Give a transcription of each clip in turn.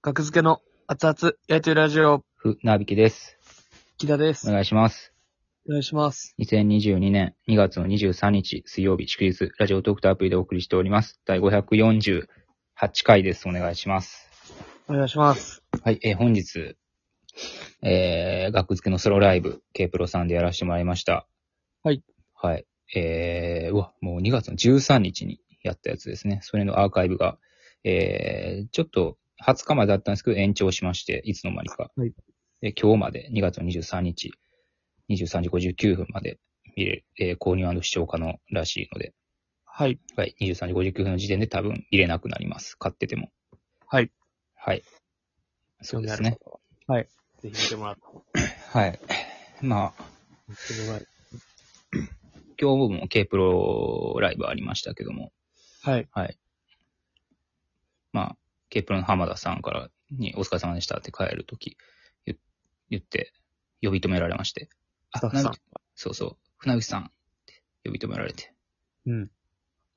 格付けの熱々焼いてるラジオ、ふ、なびきです。木田です。おお願いします。願いします。 2022年2月の23日水曜日祝日、ラジオトークとアプリでお送りしております。第548回です。お願いします。お願いします。はい、えー本日、えー、学付けのソロライブ、K プロさんでやらせてもらいました。はい。はい。えー、うわ、もう2月の13日にやったやつですね。それのアーカイブが、えー、ちょっと20日までだったんですけど、延長しまして、いつの間にか。はいで、今日まで、2月の23日、23時59分まで見れる、えー、購入視聴可能らしいので、はい。はい、23時59分の時点で多分見れなくなります。買ってても。はい。はい。そうですね。ぜひ見てもらって。はい。 まあ、今日も K プロライブありましたけども、はい。まあ、K プロの浜田さんからにお疲れ様でしたって帰るとき言言って、呼び止められまして。スタッフさん船口そうそう、船口さんって呼び止められて、うん。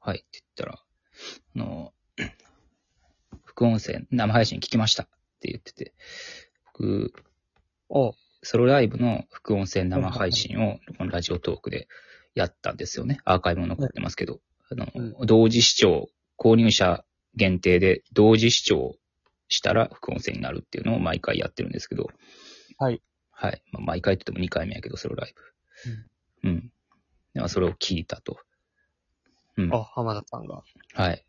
はいって言ったら、あの、 副音声生配信聞きましたって言ってて、僕、おソロライブの副音声生配信を、このラジオトークでやったんですよね。アーカイブも残ってますけど、あの、う同時視聴、購入者限定で同時視聴したら副音声になるっていうのを毎回やってるんですけど、はい。はい。まあ、毎回って言っても2回目やけど、ソロライブ。うん。ではそれを聞いたと。うん。あ、浜田さんが。はい。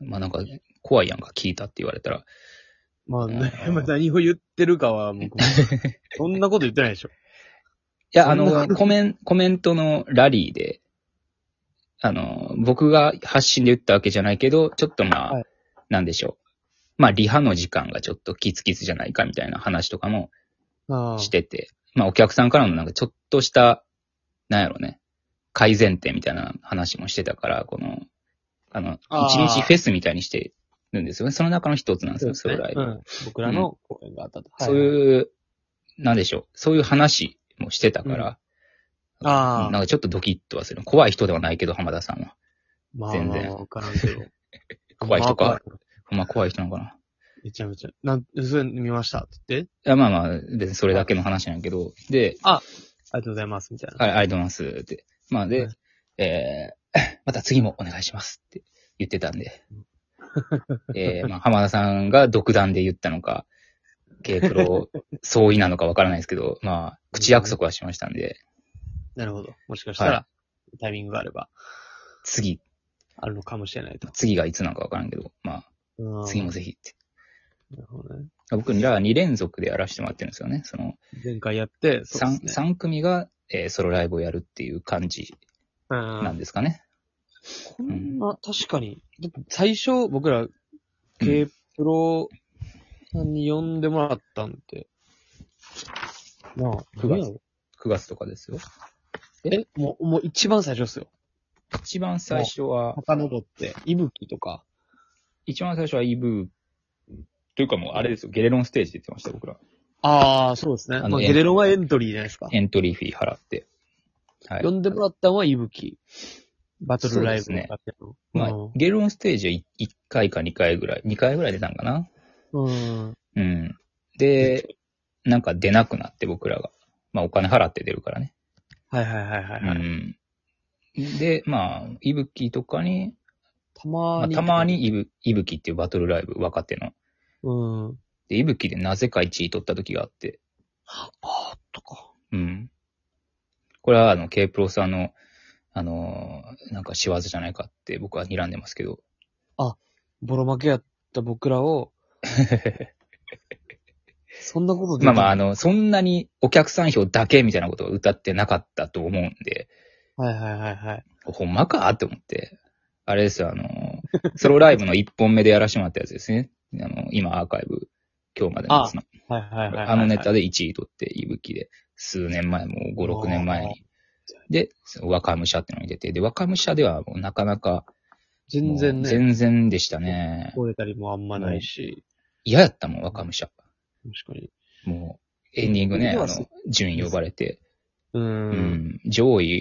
まあ、なんか、怖いやんか、聞いたって言われたら、まあ、うんね、 まあ何を言ってるかは、僕も、 そんなこと言ってないでしょ。いや、あそんなの、コメン、コメントのラリーで、あの、僕が発信で言ったわけじゃないけど、ちょっとまあ、はいなんでしょう。まあ、リハの時間がちょっとキツキツじゃないかみたいな話とかもああ。してて、まあ、お客さんからのなんかちょっとした、なんやろね、改善点みたいな話もしてたから、この、あの、あー一日フェスみたいにしてるんですよね。その中の一つなんですそうよ、ですねそれライブ。うん。僕らの公演があったと。そうう。いう、なんでしょう。そういう話もしてたから、あなんあ。かちょっとドキッとはする。怖い人ではないけど、浜田さんは。まあ全まあ、然わからんけど。 怖い人かまあ怖いほんま怖い人なのかな。めちゃめちゃ。なん、それ見ましたって言って、いや、まあまあ、別にそれだけの話なんやけど。で、ありがとうございます、みたいな。はい、ありがとうございます。って。まあでは、えー、 また次もお願いしますって言ってたんで。 えー、まあ、浜田さんが独断で言ったのか、K プロ相違なのかわからないですけど、まあ、口約束はしましたんで、なるほど。もしかしたらは、タイミングがあれば、次、あるのかもしれないと。次がいつなのかわからんけど、まうあ、ん次もぜひって。なるほどね。僕らは2連続でやらせてもらってるんですよね。その、前回やって、そう三ですね。三組が、えーソロライブをやるっていう感じうんなんですかね。こんな、確かに。だって最初、僕ら、K プロさんに呼んでもらったんで。まあ、九月9月とかですよ。え、もう、もう一番最初っすよ。一番最初は、遡って、いぶきとか。一番最初はイブというかもうあれですよ、ゲレロンステージって言ってました、僕ら。ああ、そうですね。あのまあ、エンゲレロンはエントリーじゃないですか。エントリーフィー払って。はい呼。んでもらったのはいぶき。バトルライブそうですねだったの。まあう、ゲレロンステージは1回か2回ぐらい、2回ぐらい出たんかな。ん。うん。うん。で、なんか出なくなって僕らが。まあお金払って出るからね。はいはいはいはい。はういん。で、まあ、いぶきとかに、たままあ、ーに。たま。にいぶ、いぶきっていうバトルライブ、若手の。うん。あで、いぶきでなぜか1位取った時があって、あ、とか。うん。これはあの、K プロさんの、あのーなんか仕業じゃないかって僕は睨んでますけど、ボロ負けやった僕ら を、そんなことできまあるまあ、あの、そんなにお客さん票だけみたいなことを歌ってなかったと思うんで、はいはいはいはい。ほんまかって思って、あれですよ、あの ーソロライブの1本目でやらしてもらったやつですね。あの、今アーカイブ、今日までのやつのはいはいはいはい、はい。あのネタで1位取って、いぶきで、数年前、もう5、6年前に。で、その若武者ってのに出て、で、若武者ではもうなかなか、全然ね、全然でしたね。超えたりもあんまないし、嫌やったもん、若武者。確かに。もう、エンディングね、うあわの、順位呼ばれて、う。うんん、上位、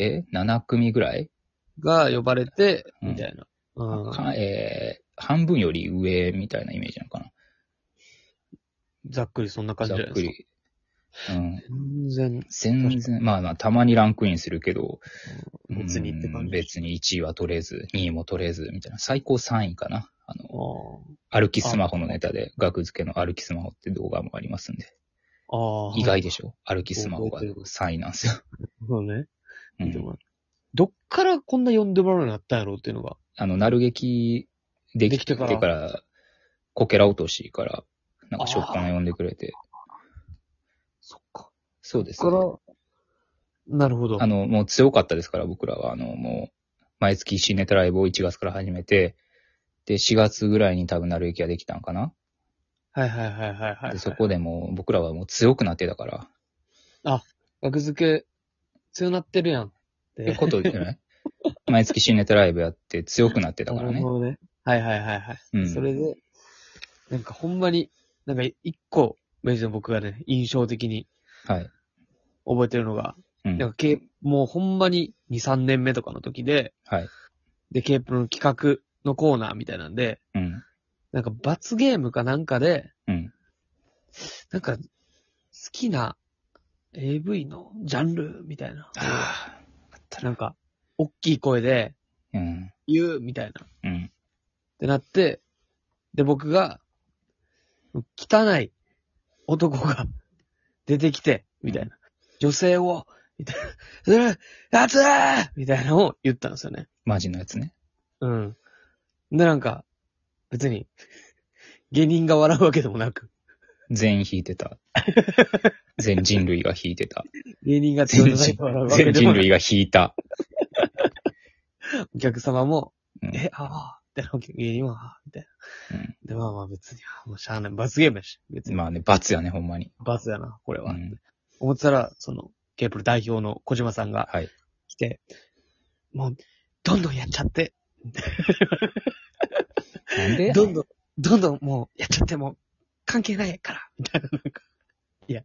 え7組ぐらい、が呼ばれて、うんみたいな。うん。かえー半分より上みたいなイメージなのかな。ざっくりそんな感じざじっゃないくですか。り。うん。全然。全然、まあまあ、たまにランクインするけど、うん別にって感じ別に1位は取れず、2位も取れず、みたいな。最高3位かな。ああの、歩きスマホのネタで、額付けの歩きスマホって動画もありますんで。あ。ああ。意外でしょ歩きスマホが覚えてる3位なんですよ。そうね。う見てもん、らうどっからこんな呼んでもらうようになったんやろうっていうのが。あの、なる劇できてか、できてからこけら落としから、なんか食感呼んでくれて。そっか。そうです、こね。こから、なるほど。あの、もう強かったですから、僕らは。あの、もう、毎月新ネタライブを1月から始めて、で、4月ぐらいに多分なる劇ができたんかな。はいはいはいはいはい。でそこでもう、僕らはもう強くなってたから。学付け、強なってるやんっってて。ことじゃない 毎月新ネタライブやって強くなってたからなねる。ほどね。はいはいはいはい。うん。それで、なんかほんまに、なんか一個、明治の僕がね、印象的にはい。覚えてるのが、うんなん。かケーもうほんまに2、3年目とかの時で、はい。で、ケープの企画のコーナーみたいなんで、うん。なんか罰ゲームかなんかで、うん。なんか、好きな AV のジャンルみたいな。ああ。あったなな。んか、大きい声でうん。言うみたいな。っうん。てなって、で、僕が、汚い男が 出てきて、みたいな。女性を、みたいな。 うん、やつーみたいなのを言ったんですよね。マジのやつね。うん。で、なんか、別に、芸人が笑うわけでもなく、全員弾いて た。全人類が弾いてた。芸人が手を全叩い人て笑うわけ全でも人なく類が弾いた。お客様も、うんえ、ああ、みたいな、芸人は、ああみたいな。うんで、まあまあ別に、もうしゃあない。罰ゲームやし。別に。まあね、罰やね、ほんまに。罰やな、これうは。ん、思ってたら、その、ケープル代表の小島さんがはい。来て、もう、どんどんやっちゃって、なんでどんどん、どんどんもう、やっちゃっても、関係ないから、みたいな、なんか、いや、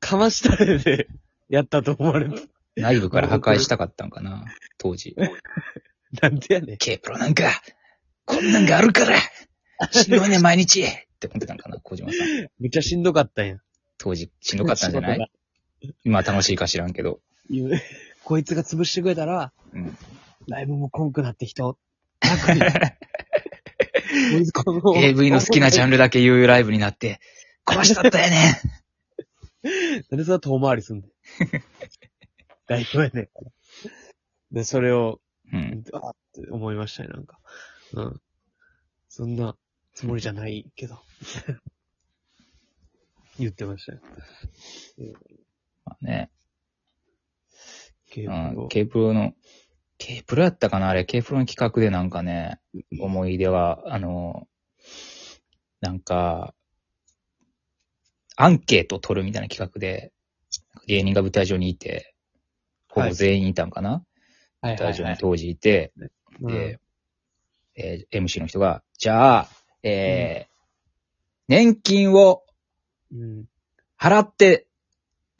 かましたれで、やったと思われ る。内部から破壊したかったんかな、当時。なんでやねん。 K プロなんか、こんなんがあるから、しんどいね、毎日って思ってたんかな、小島さん。めっちゃしんどかったんや。当時、しんどかったんじゃな 仕事がい今は楽しいか知らんけど。言うこいつが潰してくれたら、うんライブもコンクなって人。 楽にこ いつこ AV の好きなジャンルだけ言うライブになって、壊したったよね。なんでそんな遠回りすん だよ代表やねんから。で、それを、うん。あーって思いましたね、なんか。うん。そんなつもりじゃないけど。 言ってましたよ。まあね。警う部ん、を K プロの、K プロやったかなあれ、K プロの企画でなんかね、思い出は、あの、なんか、アンケート取るみたいな企画で、芸人が舞台上にいて、ほぼ全員いたんかな、はい舞台上に当時いて、うんで、えー MC の人が、じゃあ、えー年金をうん。払って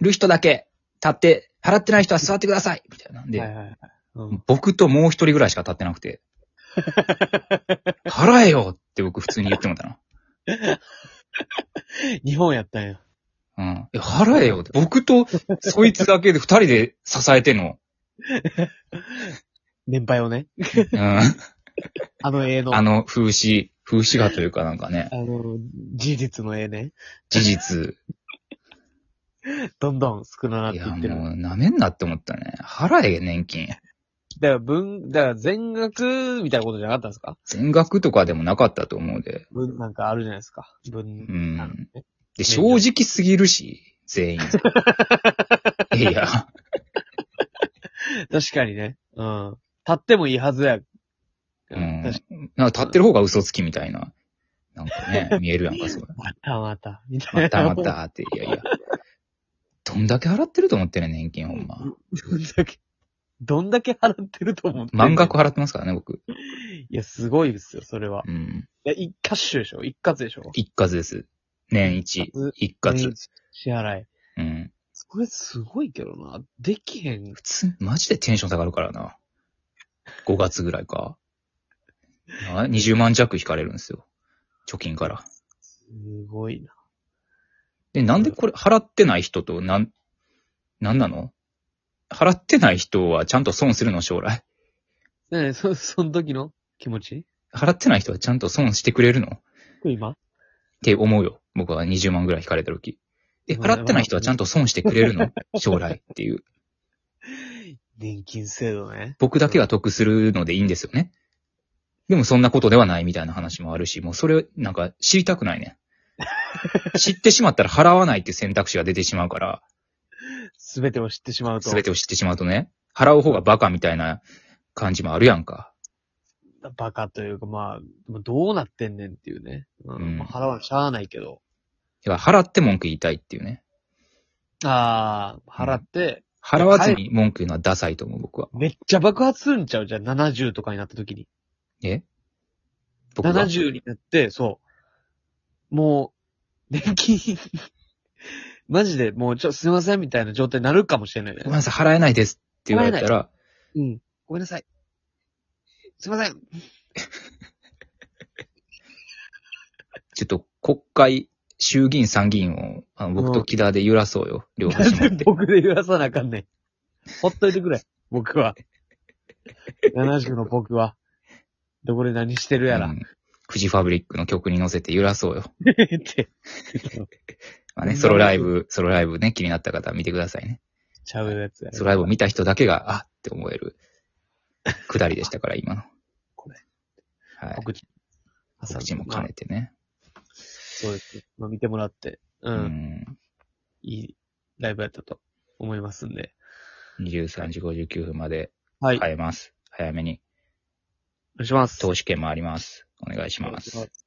る人だけ立って、払ってない人は座ってくださいみたいなんで、はいはいはい。うん。僕ともう一人ぐらいしか立ってな くて。払えよって僕普通に言ってもたな。日本やったんや。うん。え、払えよって。僕とそいつだけで二人で支えてんの。年配をね。うん。あの絵の。あの風刺、風刺画というかなんかね、あの、事実の絵ね。事実。どんどん少ななっいていや、ってる。もう舐めんなって思ったね。払え、年金。だから文、だから全額みたいなことじゃなかったんですか全額とかでもなかったと思うで。文なんかあるじゃないですか。う文。ん。で、正直すぎるし、全 員。いや、確かにね。うん。立ってもいいはずや。うん確か。なんか立ってる方が嘘つきみたいな。なんか ね、見えるやんか、それ。またまた。みたいな。またま。たって、いやいや。どんだけ払ってると思ってるね、年金ほんま。どんだけ、どんだけ払ってると思ってんねん満額払ってますからね、僕。いや、すごいですよ、それは。うん。いや、一括種でしょ一括でしょ一括です。年一。一括。支払い。うん。これすごいけどな。できへん。普通、マジでテンション下がるからな。5月ぐらいか。な20万弱引かれるんですよ。貯金から。すごいな。で、なんでこれ払ってない人と、なん、なんなの払ってない人はちゃんと損するの将来。ねえ、そ、その時の気持ち払ってない人はちゃんと損してくれるのっ今て思うよ。僕は20万ぐらい引かれた時。え、まあ払ってない人はちゃんと損してくれるの将来っていう。年金制度ね。僕だけが得するのでいいんですよね。でもそんなことではないみたいな話もあるし、もうそれ、なんか知りたくない ね。知ってしまったら払わないっていう選択肢が出てしまうから、すべてを知ってしまうと。すべてを知ってしまうとね、払う方がバカみたいな感じもあるやんか。バカというか、まあ、でもどうなってんねんっていうね。うん。うんまあ払わなしゃあないけど。だから払って文句言いたいっていうね。ああ、払って、払わずに文句言うのはダサいと思う、僕は。めっちゃ爆発するんちゃうじゃあ70とかになった時に。え僕が70になって、そう。もう、年金、 マジでもうちょ、すいませんみたいな状態になるかもしれないねごめんなさい、払えないですって言われたら、うん。ごめんなさい。すいません。ちょっと国会、衆議院、参議院を、あの僕と木田で揺らそうよ、両端持っ て。僕で言わさなあかんねん。ほっといてくれ。僕 は。70の僕は。どこで何してる やうら。んフジファブリックの曲に乗せて揺らそうよ。 って。まあね、うんソロライブ、ソロライブね、気になった方は見てくださいね。ちゃうやつやソロライブを見た人だけが、あって思える、くだりでしたから、今の。 これ。はい。告知。告知も兼ねてね。そうです。まあ見てもらって、う、うんん。いいライブやったと思いますんで。 23時59分まではい。変えます。早めに。お願いします。投資券もあります。お願いします。